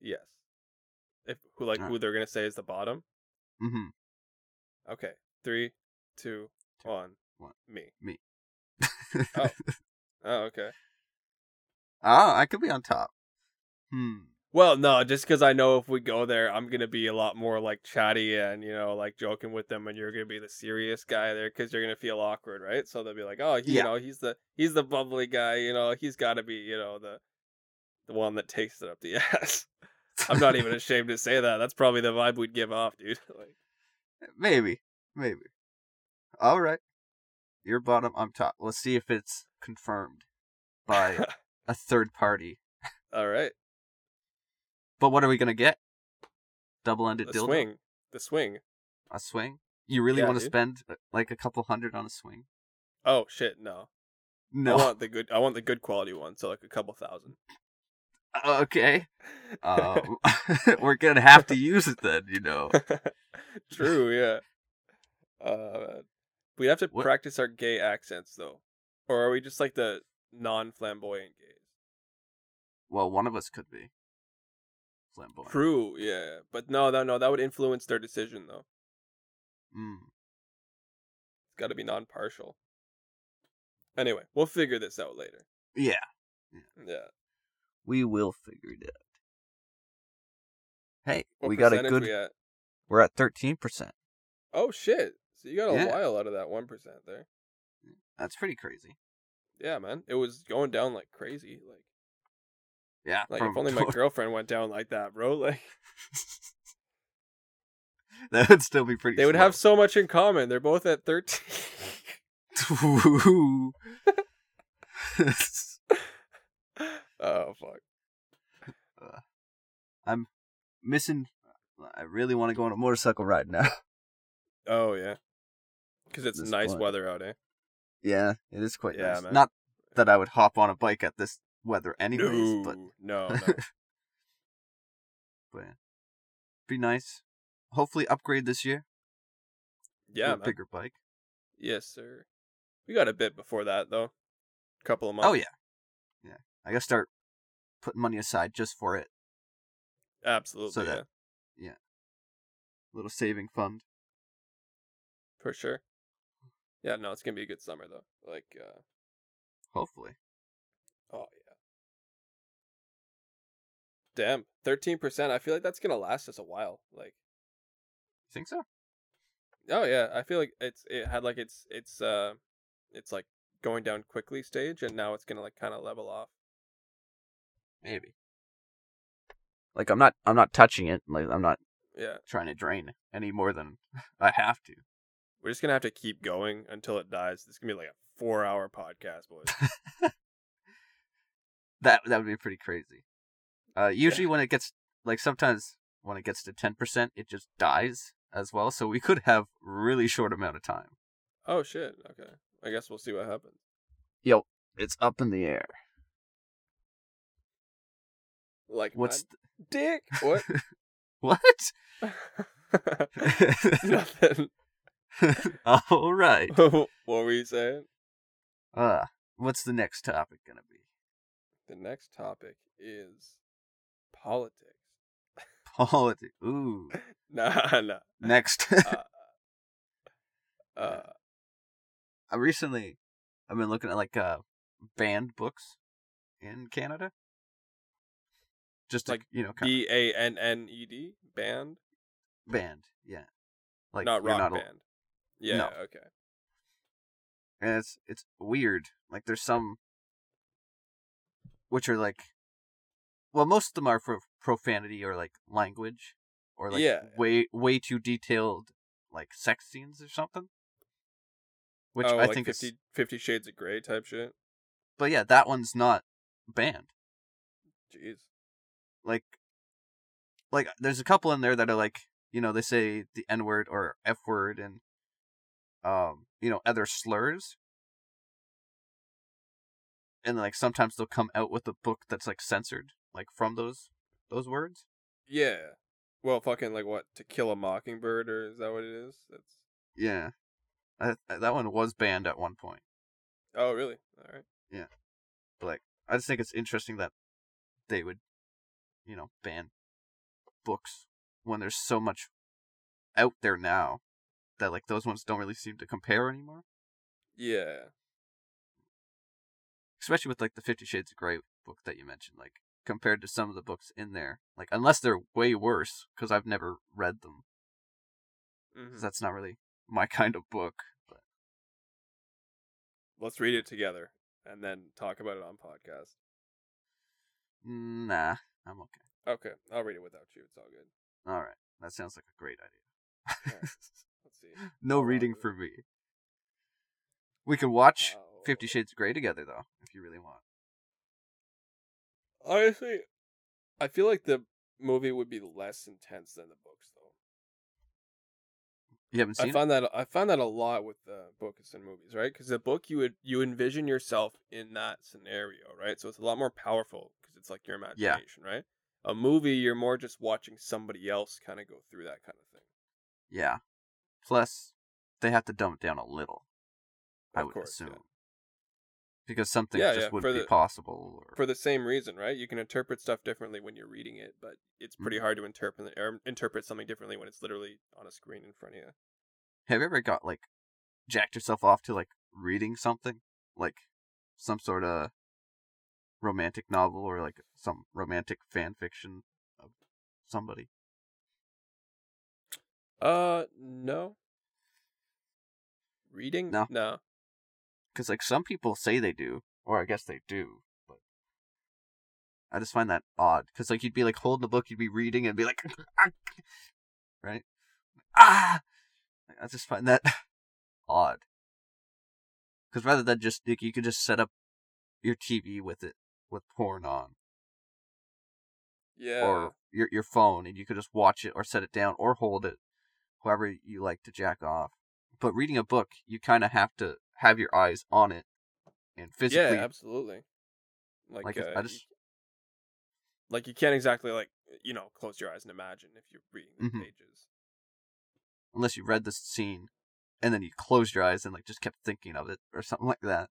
Speaker 2: Yes. If who like
Speaker 1: Alright.
Speaker 2: who they're gonna say is the bottom.
Speaker 1: Mm-hmm.
Speaker 2: Okay. Three, two, one.
Speaker 1: one.
Speaker 2: Me.
Speaker 1: Me.
Speaker 2: Oh. Oh, okay.
Speaker 1: Ah, I could be on top. Hmm.
Speaker 2: Well, no, just because I know if we go there, I'm gonna be a lot more like chatty and you know like joking with them, and you're gonna be the serious guy there because you're gonna feel awkward, right? So they'll be like, oh, he,
Speaker 1: Yeah.
Speaker 2: you know, he's the he's the bubbly guy, you know, he's got to be, you know, the the one that takes it up the ass. I'm not even ashamed to say that. That's probably the vibe we'd give off, dude. like,
Speaker 1: maybe. Maybe. All right. You're bottom. I'm top. Let's see if it's confirmed by a third party.
Speaker 2: all right.
Speaker 1: But what are we gonna get? Double ended
Speaker 2: the
Speaker 1: dildo.
Speaker 2: swing, the swing.
Speaker 1: A swing. You really
Speaker 2: Yeah,
Speaker 1: want to
Speaker 2: dude.
Speaker 1: spend uh, like a couple hundred on a swing?
Speaker 2: Oh shit, no.
Speaker 1: No.
Speaker 2: I want the good. I want the good quality one, so like a couple thousand.
Speaker 1: okay. Um, we're gonna have to use it then. You know.
Speaker 2: True, yeah. Uh, we have to
Speaker 1: What-
Speaker 2: practice our gay accents though, or are we just like the non-flamboyant gays?
Speaker 1: Well, one of us could be flamboyant.
Speaker 2: True, yeah. But no, no, no. That would influence their decision though.
Speaker 1: Mm.
Speaker 2: It's got to be non-partial. Anyway, we'll figure this out later.
Speaker 1: Yeah,
Speaker 2: Yeah.
Speaker 1: we will figure it out. Hey,
Speaker 2: What
Speaker 1: we got a
Speaker 2: percentage
Speaker 1: good.
Speaker 2: We at?
Speaker 1: We're at thirteen percent.
Speaker 2: Oh shit! So you got a
Speaker 1: Yeah.
Speaker 2: while out of that one percent there.
Speaker 1: That's pretty crazy.
Speaker 2: Yeah, man. It was going down like crazy. Like,
Speaker 1: Yeah.
Speaker 2: like
Speaker 1: from-
Speaker 2: if only my girlfriend went down like that, bro. Like,
Speaker 1: that would still be pretty.
Speaker 2: they would have so much in common. They're both at thirteen.
Speaker 1: have.
Speaker 2: oh fuck.
Speaker 1: missing. I really want to go on a motorcycle ride now.
Speaker 2: Oh yeah. Because it's
Speaker 1: This
Speaker 2: nice
Speaker 1: one.
Speaker 2: weather out, eh?
Speaker 1: yeah, it is quite
Speaker 2: Yeah,
Speaker 1: nice.
Speaker 2: man.
Speaker 1: Not that I would hop on a bike at this weather, anyways.
Speaker 2: no,
Speaker 1: But
Speaker 2: no, no.
Speaker 1: but yeah. be nice. Hopefully, upgrade this year. to
Speaker 2: Yeah,
Speaker 1: a
Speaker 2: man.
Speaker 1: bigger bike.
Speaker 2: Yes, sir. We got a bit before that though. Couple of months.
Speaker 1: Oh yeah, yeah. I gotta start putting money aside just for it.
Speaker 2: Absolutely.
Speaker 1: So
Speaker 2: yeah.
Speaker 1: that- Little saving fund.
Speaker 2: for sure. Yeah, no, it's gonna be a good summer though. Like, uh,
Speaker 1: Hopefully.
Speaker 2: oh yeah. Damn, thirteen percent. I feel like that's gonna last us a while. Like,
Speaker 1: You think so?
Speaker 2: oh yeah, I feel like it's it had like it's it's uh, it's like going down quickly stage, and now it's gonna like kind of level off.
Speaker 1: Maybe. Like I'm not I'm not touching it. Like I'm not
Speaker 2: Yeah,
Speaker 1: trying to drain any more than I have to.
Speaker 2: we're just gonna have to keep going until it dies. It's gonna be like a four-hour podcast, boys.
Speaker 1: That that would be pretty crazy. Uh, usually when it gets like sometimes when it gets to ten percent, it just dies as well. So we could have really short amount of time.
Speaker 2: oh shit. Okay, I guess we'll see what happens.
Speaker 1: It's up in the air.
Speaker 2: Like,
Speaker 1: What's
Speaker 2: my dick? What?
Speaker 1: th- what?
Speaker 2: Nothing.
Speaker 1: All right.
Speaker 2: what were you saying?
Speaker 1: Uh, what's the next topic gonna be?
Speaker 2: The next topic is politics.
Speaker 1: Politics. Ooh.
Speaker 2: Nah, nah.
Speaker 1: Next.
Speaker 2: Uh,
Speaker 1: I recently I've been looking at like uh banned books in Canada. Just to,
Speaker 2: Like,
Speaker 1: you know, kind
Speaker 2: B A N N E D band,
Speaker 1: of banned, yeah. Like
Speaker 2: not
Speaker 1: you're
Speaker 2: rock
Speaker 1: not al-
Speaker 2: band. Yeah.
Speaker 1: No.
Speaker 2: Okay.
Speaker 1: and it's it's weird. Like there's some which are like well, most of them are for profanity or like language or like
Speaker 2: Yeah.
Speaker 1: way way too detailed like sex scenes or something. Which
Speaker 2: oh,
Speaker 1: I
Speaker 2: like
Speaker 1: think is
Speaker 2: 50, 50 Shades of Grey type shit.
Speaker 1: but yeah, that one's not banned.
Speaker 2: Jeez.
Speaker 1: like like there's a couple in there that are like you know they say the n word or f word and um you know other slurs and like sometimes they'll come out with a book that's like censored like from those those words
Speaker 2: Yeah. Well, fucking like what? To Kill a Mockingbird, or is that what it is? That's.
Speaker 1: yeah I, I- that one was banned at one point
Speaker 2: Oh, really? All right.
Speaker 1: but like i just think it's interesting that they would you know ban books when there's so much out there now that like those ones don't really seem to compare anymore
Speaker 2: Yeah.
Speaker 1: especially with like the 50 shades of gray book that you mentioned like compared to some of the books in there like unless they're way worse because i've never read them 'cause
Speaker 2: Mhm.
Speaker 1: that's not really my kind of book
Speaker 2: Let's read it together and then talk about it on podcast.
Speaker 1: nah i'm okay
Speaker 2: Okay, I'll read it without you. It's all good.
Speaker 1: all right that sounds like a great idea
Speaker 2: Alright. Let's see.
Speaker 1: no
Speaker 2: Hold on
Speaker 1: reading
Speaker 2: to it.
Speaker 1: for me we can watch
Speaker 2: Oh.
Speaker 1: 50 shades of gray together though if you really want
Speaker 2: Honestly, I feel like the movie would be less intense than the books, though.
Speaker 1: you haven't seen
Speaker 2: I
Speaker 1: it?
Speaker 2: find that I find that a lot with uh, books and movies, right? Because the book you would you envision yourself in that scenario, right? So it's a lot more powerful because it's like your
Speaker 1: Yeah.
Speaker 2: imagination, right? A movie, you're more just watching somebody else kind of go through that kind of thing.
Speaker 1: yeah plus they have to dumb it down a little i
Speaker 2: Of
Speaker 1: would
Speaker 2: course, yeah.
Speaker 1: assume because some things
Speaker 2: Yeah,
Speaker 1: just
Speaker 2: yeah,
Speaker 1: wouldn't
Speaker 2: for
Speaker 1: be
Speaker 2: the-
Speaker 1: possible or
Speaker 2: for the same reason, right? You can interpret stuff differently when you're reading it, but it's
Speaker 1: Mm-hmm.
Speaker 2: pretty hard to interpret or interpret something differently when it's literally on a screen in front of you.
Speaker 1: Have you ever got like jacked yourself off to like reading something, like some sort of romantic novel or like some romantic fan fiction of somebody?
Speaker 2: Uh, no. Reading?
Speaker 1: No.
Speaker 2: No.
Speaker 1: Because like some people say they do, or I guess they do, but I just find that odd. Because like you'd be like holding the book, you'd be reading, and be like, right? Ah, I just find that odd. Because rather than just like, you could just set up your TV with it with porn on.
Speaker 2: Yeah.
Speaker 1: or your your phone, and you could just watch it or set it down or hold it, however you like to jack off. But reading a book, you kind of have to have your eyes on it and physically.
Speaker 2: yeah, absolutely. Like,
Speaker 1: Like,
Speaker 2: uh,
Speaker 1: I just-
Speaker 2: you, like you can't exactly like you know close your eyes and imagine if you're reading the
Speaker 1: Mhm.
Speaker 2: pages.
Speaker 1: unless you read the scene, and then you closed your eyes and like just kept thinking of it or something like that.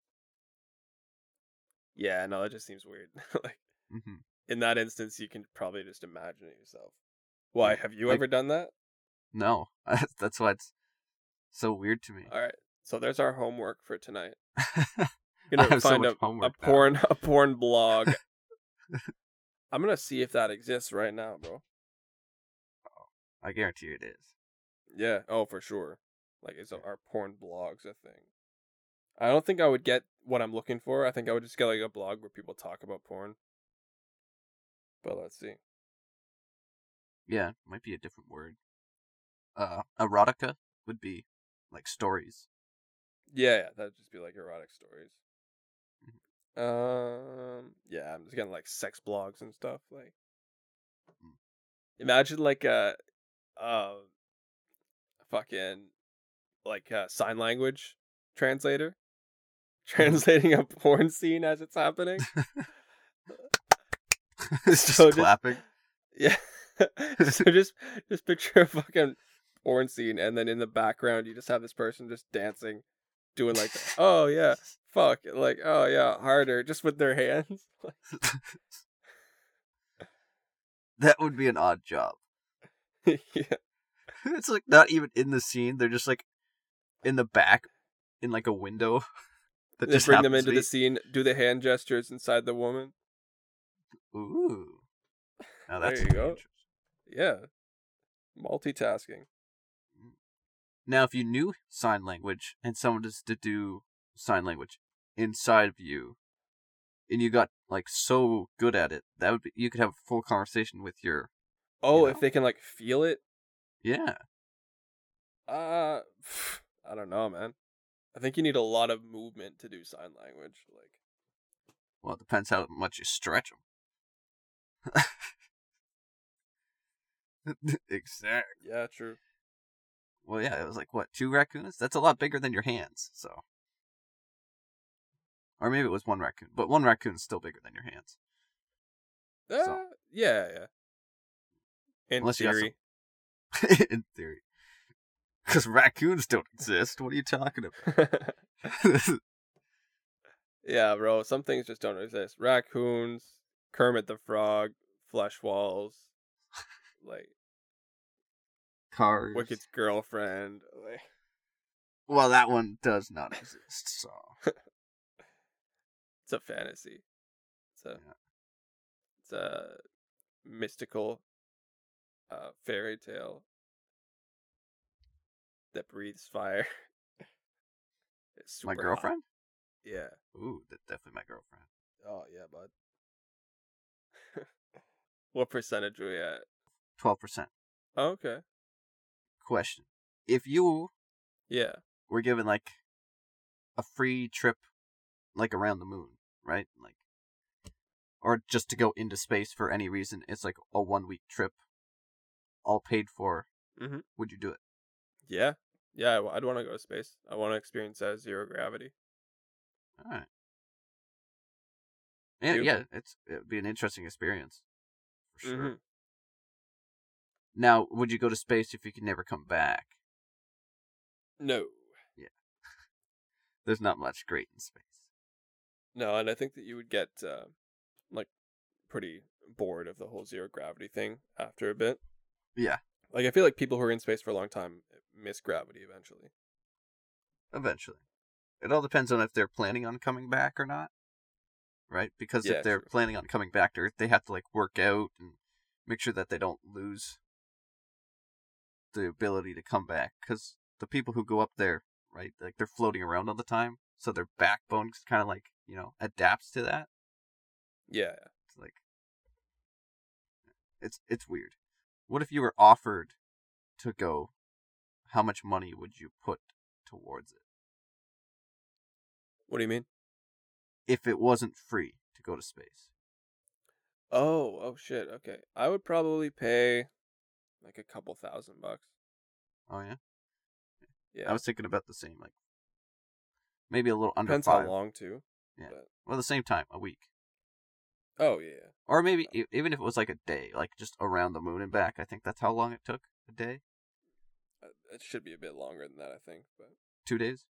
Speaker 2: Yeah, no, that just seems weird. like
Speaker 1: hmm
Speaker 2: in that instance, you can probably just imagine it yourself. Why have you
Speaker 1: Like-
Speaker 2: ever done that?
Speaker 1: No, that's why it's so weird to me.
Speaker 2: All right. So there's our homework for tonight.
Speaker 1: I
Speaker 2: Gonna
Speaker 1: have so
Speaker 2: find
Speaker 1: much
Speaker 2: a, a
Speaker 1: homework now.
Speaker 2: porn a porn blog. I'm gonna see if that exists right now, bro.
Speaker 1: I guarantee you it is.
Speaker 2: Yeah. Oh, for sure. Like, is our porn blogs a thing? I don't think I would get what I'm looking for. I think I would just get like a blog where people talk about porn. But let's see.
Speaker 1: Yeah, might be a different word. Uh, erotica would be like stories.
Speaker 2: Yeah, yeah that'd just be like erotic stories. Um, yeah, I'm just getting like sex blogs and stuff. Like,
Speaker 1: Mm.
Speaker 2: imagine like a, um, fucking, like uh sign language translator, translating a porn scene as it's happening.
Speaker 1: it's just
Speaker 2: So just-
Speaker 1: clapping.
Speaker 2: Yeah. so just just picture a fucking porn scene and then in the background you just have this person just dancing, doing like the, oh yeah, fuck, like oh yeah, harder, just with their hands. Like,
Speaker 1: That would be an odd job.
Speaker 2: yeah.
Speaker 1: It's like not even in the scene. They're just like in the back, in like a window. That
Speaker 2: They
Speaker 1: just
Speaker 2: bring them
Speaker 1: happens
Speaker 2: into
Speaker 1: to
Speaker 2: the
Speaker 1: be-
Speaker 2: scene, do the hand gestures inside the woman.
Speaker 1: Ooh. Now
Speaker 2: There
Speaker 1: that's
Speaker 2: you
Speaker 1: gonna be
Speaker 2: go.
Speaker 1: interesting.
Speaker 2: Yeah. Multitasking.
Speaker 1: Now, if you knew sign language and someone just to do sign language inside of you, and you got like so good at it, that would be you could have a full conversation with your
Speaker 2: Oh,
Speaker 1: Yeah.
Speaker 2: if they can like feel it.
Speaker 1: yeah.
Speaker 2: Uh I don't know, man. I think you need a lot of movement to do sign language. Like
Speaker 1: Well, it depends how much you stretch them. exactly.
Speaker 2: yeah, true.
Speaker 1: Well, yeah, it was like what two raccoons? That's a lot bigger than your hands. So, or maybe it was one raccoon, but one raccoon's still bigger than your hands.
Speaker 2: Uh,
Speaker 1: So-
Speaker 2: yeah, yeah. In
Speaker 1: Unless you got some-
Speaker 2: theory,
Speaker 1: in theory. Because raccoons don't exist. What are you talking about?
Speaker 2: yeah, bro. Some things just don't exist. Raccoons, Kermit the Frog, flesh walls, like
Speaker 1: Cars.
Speaker 2: Wicked's girlfriend. Like,
Speaker 1: Well, that one does not exist. So
Speaker 2: it's a fantasy. It's a,
Speaker 1: Yeah.
Speaker 2: it's a mystical, uh, fairy tale that breathes fire. It's
Speaker 1: my
Speaker 2: super hot.
Speaker 1: girlfriend.
Speaker 2: Yeah.
Speaker 1: Ooh, that's definitely my girlfriend.
Speaker 2: Oh yeah, bud. what percentage are we at?
Speaker 1: Twelve percent.
Speaker 2: Oh, okay.
Speaker 1: Question: If you
Speaker 2: Yeah.
Speaker 1: were given like a free trip, like around the moon, right? Like, or just to go into space for any reason, it's like a one-week trip, all paid for.
Speaker 2: Mhm.
Speaker 1: Would you do it?
Speaker 2: Yeah. Yeah, I w- I'd want to go to space. I want to experience that zero gravity.
Speaker 1: All right. Yeah,
Speaker 2: You?
Speaker 1: yeah, it's it'd be an interesting experience. For sure.
Speaker 2: Mhm.
Speaker 1: Now, would you go to space if you could never come back?
Speaker 2: No.
Speaker 1: There's not much great in space.
Speaker 2: No, and I think that you would get uh, like pretty bored of the whole zero gravity thing after a bit.
Speaker 1: Yeah.
Speaker 2: Like I feel like people who are in space for a long time eh, miss gravity eventually.
Speaker 1: Eventually. It all depends on if they're planning on coming back or not. Right? Because
Speaker 2: Yeah,
Speaker 1: if they're
Speaker 2: true.
Speaker 1: planning on coming back to Earth, they have to like work out and make sure that they don't lose the ability to come back cuz the people who go up there, right? Like they're floating around all the time, so their backbone kind of like, you know, adapts to that.
Speaker 2: Yeah.
Speaker 1: It's like it's it's weird. What if you were offered to go? How much money would you put towards it
Speaker 2: What do you mean?
Speaker 1: if it wasn't free to go to space?
Speaker 2: Oh, oh shit. Okay. I would probably pay like a couple thousand bucks.
Speaker 1: Oh yeah,
Speaker 2: Yeah.
Speaker 1: I was thinking about the same, like maybe a little under
Speaker 2: Depends
Speaker 1: five.
Speaker 2: how long too.
Speaker 1: Well, the same time, a week,
Speaker 2: Oh yeah.
Speaker 1: or maybe e- even if it was like a day, like just around the moon and back. I think that's how long it took. A day,
Speaker 2: Uh, It should be a bit longer than that, I think. But
Speaker 1: two days.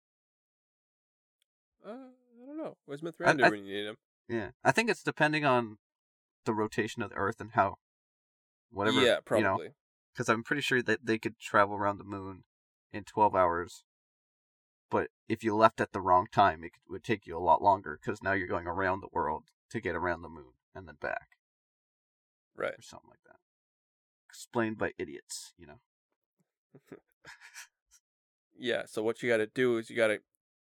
Speaker 2: uh, I don't know. Where's Smith
Speaker 1: I-
Speaker 2: Rando
Speaker 1: I-
Speaker 2: when you need him?
Speaker 1: Yeah, I think it's depending on the rotation of the Earth and how whatever
Speaker 2: yeah,
Speaker 1: you know,
Speaker 2: probably.
Speaker 1: because I'm pretty sure that they could travel around the moon in 12 hours But if you left at the wrong time, it would take you a lot longer because now you're going around the world to get around the moon and then back
Speaker 2: Right.
Speaker 1: or something like that. Explained by idiots, you know.
Speaker 2: Yeah. So what you got to do is you got to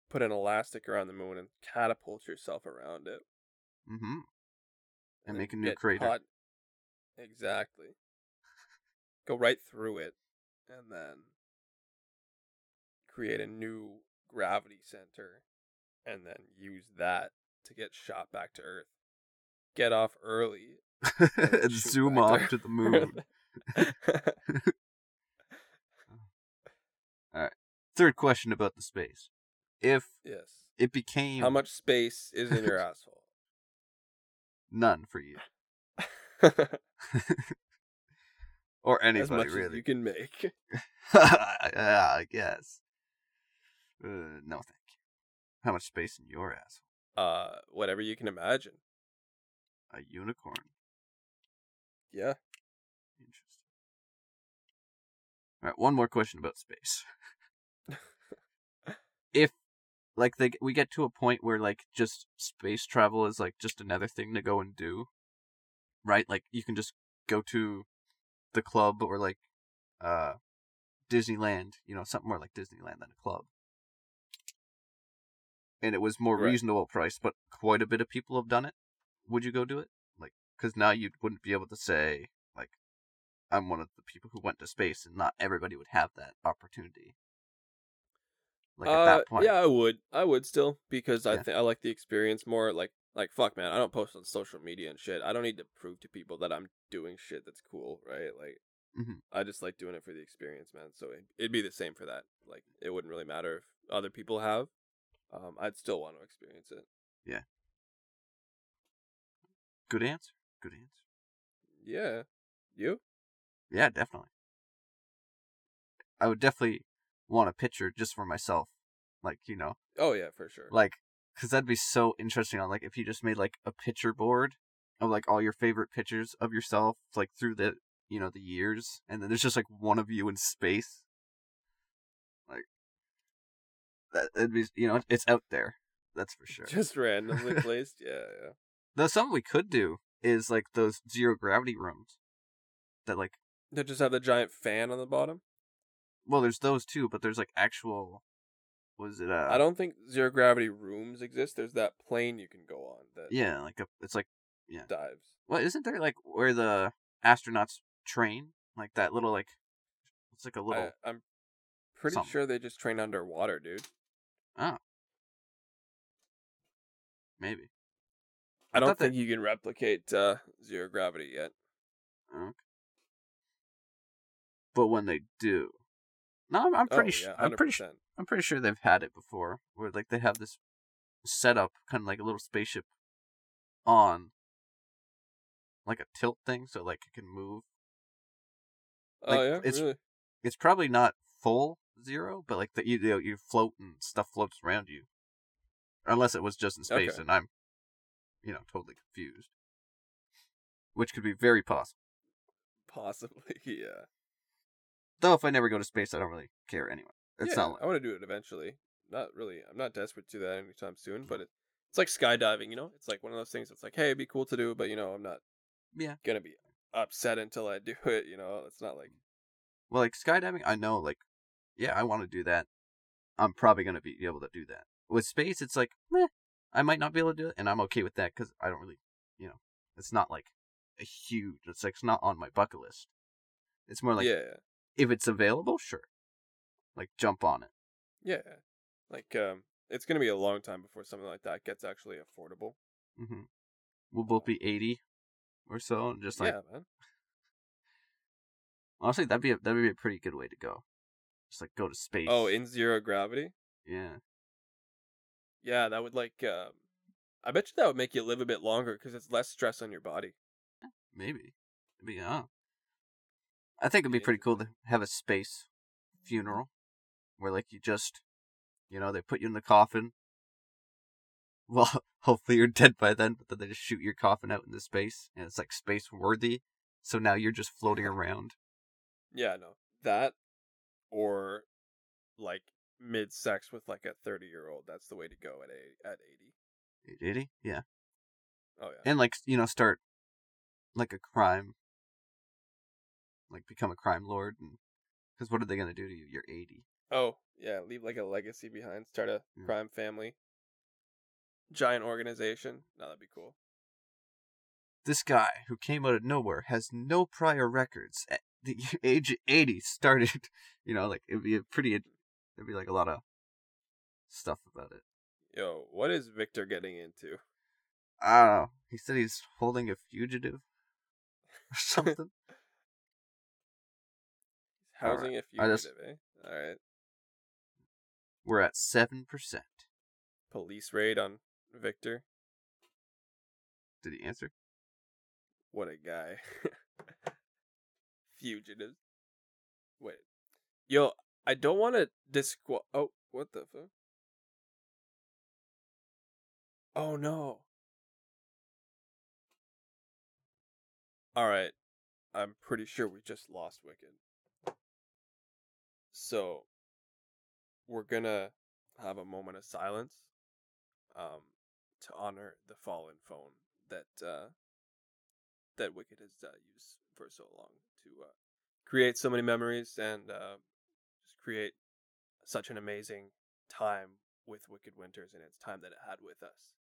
Speaker 2: put an elastic around the moon and catapult yourself around it
Speaker 1: Mm-hmm. And
Speaker 2: then
Speaker 1: make a new
Speaker 2: get
Speaker 1: crater.
Speaker 2: caught- Exactly. Go right through it and then create a new gravity center and then use that to get shot back to Earth. Get off early and then
Speaker 1: and
Speaker 2: shoot
Speaker 1: zoom
Speaker 2: back
Speaker 1: off to the moon.
Speaker 2: Earth.
Speaker 1: Third question about the space. If
Speaker 2: yes.
Speaker 1: it became
Speaker 2: How much space is in your asshole?
Speaker 1: none for you or
Speaker 2: as much
Speaker 1: anybody
Speaker 2: as
Speaker 1: really,
Speaker 2: you can make.
Speaker 1: yeah, I guess. Uh, no, thank you. How much space in your ass?
Speaker 2: Uh, whatever you can imagine.
Speaker 1: A unicorn.
Speaker 2: Yeah.
Speaker 1: Interesting. All right, one more question about space. if, like, they we get to a point where like just space travel is like just another thing to go and do, right? Like you can just go to the club or like uh Disneyland, you know, something more like Disneyland than a club. And it was more
Speaker 2: Right.
Speaker 1: reasonable price, but quite a bit of people have done it. Would you go do it? Like, because now you wouldn't be able to say like, I'm one of the people who went to space, and not everybody would have that opportunity. Like at
Speaker 2: Uh,
Speaker 1: that point,
Speaker 2: Yeah, I would. I would still because I
Speaker 1: Yeah.
Speaker 2: think I like the experience more. Like, like fuck, man. I don't post on social media and shit. I don't need to prove to people that I'm doing shit that's cool, right? Like,
Speaker 1: Mhm.
Speaker 2: I just like doing it for the experience, man. So it, it'd be the same for that. Like, it wouldn't really matter if other people have. Um, I'd still want to experience it.
Speaker 1: good answer, good answer.
Speaker 2: Yeah, you.
Speaker 1: Yeah, definitely. I would definitely want a picture just for myself, like you know,
Speaker 2: Oh yeah, for sure.
Speaker 1: like because that'd be so interesting on like if you just made like a picture board of like all your favorite pictures of yourself like through the you know the years and then there's just like one of you in space like that it'd be you know it's out there that's for sure
Speaker 2: Just randomly placed. Yeah, yeah.
Speaker 1: though something we could do is like those zero gravity rooms that like
Speaker 2: They just have the giant fan on the bottom.
Speaker 1: well there's those too but there's like actual was it uh
Speaker 2: I don't think zero gravity rooms exist. There's that plane you can go on that
Speaker 1: yeah like a, it's like
Speaker 2: dives.
Speaker 1: Well, isn't there like where the astronauts train? Like that little like it's like a little
Speaker 2: I, I'm pretty
Speaker 1: something.
Speaker 2: sure they just train underwater, dude.
Speaker 1: maybe.
Speaker 2: I,
Speaker 1: I
Speaker 2: don't
Speaker 1: thought
Speaker 2: think you can replicate uh, zero gravity yet.
Speaker 1: Okay. But when they do, no, I'm, I'm pretty.
Speaker 2: oh,
Speaker 1: su-
Speaker 2: yeah, 100%.
Speaker 1: I'm pretty. su- I'm pretty sure they've had it before, where like they have this setup, kind of like a little spaceship, on like a tilt thing, so like it can move.
Speaker 2: oh
Speaker 1: like,
Speaker 2: yeah,
Speaker 1: it's-
Speaker 2: really?
Speaker 1: It's probably not full zero, but like that you you, know, you float and stuff floats around you, unless it was just in space
Speaker 2: Okay.
Speaker 1: and I'm, you know, totally confused. Which could be very possible.
Speaker 2: possibly. Yeah,
Speaker 1: Though if I never go to space, I don't really care anyway. It's
Speaker 2: yeah, oh,
Speaker 1: not like
Speaker 2: I want to do it eventually. Not really. I'm not desperate to do that anytime soon, but it, it's like skydiving. You know, it's like one of those things. that's like, hey, it'd be cool to do, but you know, I'm not
Speaker 1: yeah.
Speaker 2: gonna be upset until I do it. You know, it's not like
Speaker 1: Well, like skydiving, I know like, yeah, I want to do that. I'm probably gonna be able to do that. With space, it's like, meh, I might not be able to do it, and I'm okay with that because I don't really, you know, it's not like a huge. It's like it's not on my bucket list. It's more like
Speaker 2: yeah,
Speaker 1: if it's available, sure, like jump on it.
Speaker 2: yeah. Like um, it's gonna be a long time before something like that gets actually affordable.
Speaker 1: hmm We'll both be eighty or so, and just like
Speaker 2: yeah, man.
Speaker 1: honestly, that'd be a, that'd be a pretty good way to go. Just like go to space.
Speaker 2: Oh, in zero gravity.
Speaker 1: yeah.
Speaker 2: Yeah, that would like. Uh, I bet you that would make you live a bit longer because it's less stress on your body.
Speaker 1: Maybe. It'd be, uh, I think it'd be
Speaker 2: Be
Speaker 1: pretty cool to have a space funeral where, like, you just, you know, they put you in the coffin. Well, hopefully you're dead by then, but then they just shoot your coffin out into space and it's, like, space worthy. So now you're just floating around.
Speaker 2: Yeah, no, that or like mid sex with like a thirty year old, that's the way to go at a, at eighty.
Speaker 1: 80? Yeah.
Speaker 2: Oh yeah.
Speaker 1: And like, you know, start like a crime like become a crime lord and cuz what are they going to do to you? You're 80.
Speaker 2: Oh yeah, leave like a legacy behind. Start a
Speaker 1: Yeah.
Speaker 2: crime family, giant organization. No, that'd be cool.
Speaker 1: This guy who came out of nowhere has no prior records at the age of 80 started, you know, like it'd be a pretty there'd be like a lot of stuff about it.
Speaker 2: Yo, what is Victor getting into?
Speaker 1: I don't know. Ah, He said he's holding a fugitive or something. Alright,
Speaker 2: Housing a
Speaker 1: I just-
Speaker 2: fugitive, eh? All right.
Speaker 1: We're at 7%.
Speaker 2: Police raid on Victor.
Speaker 1: Did he answer?
Speaker 2: What a guy. Fugitive. Wait. Yo, I don't want to disqual. Oh, what the fuck? Oh no. All right. I'm pretty sure we just lost Wicked. So, we're going to have a moment of silence um to honor the fallen phone that uh that Wicked has uh, used for so long to uh, create so many memories and uh, just create such an amazing time with Wicked Winters and its time that it had with us.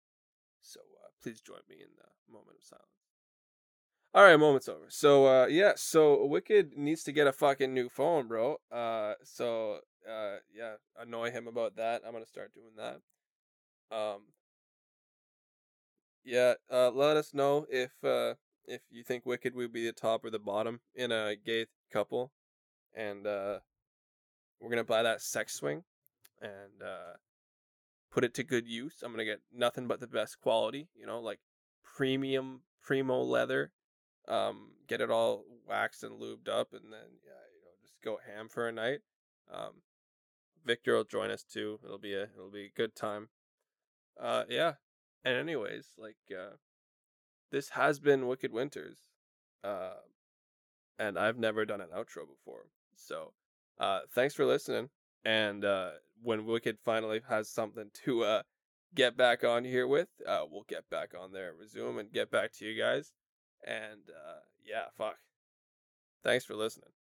Speaker 2: So uh, please join me in the moment of silence. All right, moment's over. So uh, yeah, so Wicked needs to get a fucking new phone, bro. Uh, so uh, yeah, annoy him about that. I'm gonna start doing that. Um, yeah, uh, let us know if uh, if you think Wicked would be the top or the bottom in a gay couple, and uh, we're gonna buy that sex swing and uh, put it to good use. I'm gonna get nothing but the best quality, you know, like premium primo leather. Um, get it all waxed and lubed up, and then yeah, you know, just go ham for a night. Um, Victor will join us too. It'll be a it'll be a good time. Uh, yeah. And anyways, like uh this has been Wicked Winters. Uh, and I've never done an outro before. So uh, thanks for listening. And uh, when Wicked finally has something to uh, get back on here with, uh, we'll get back on there and resume and get back to you guys. And uh, yeah, fuck. Thanks for listening.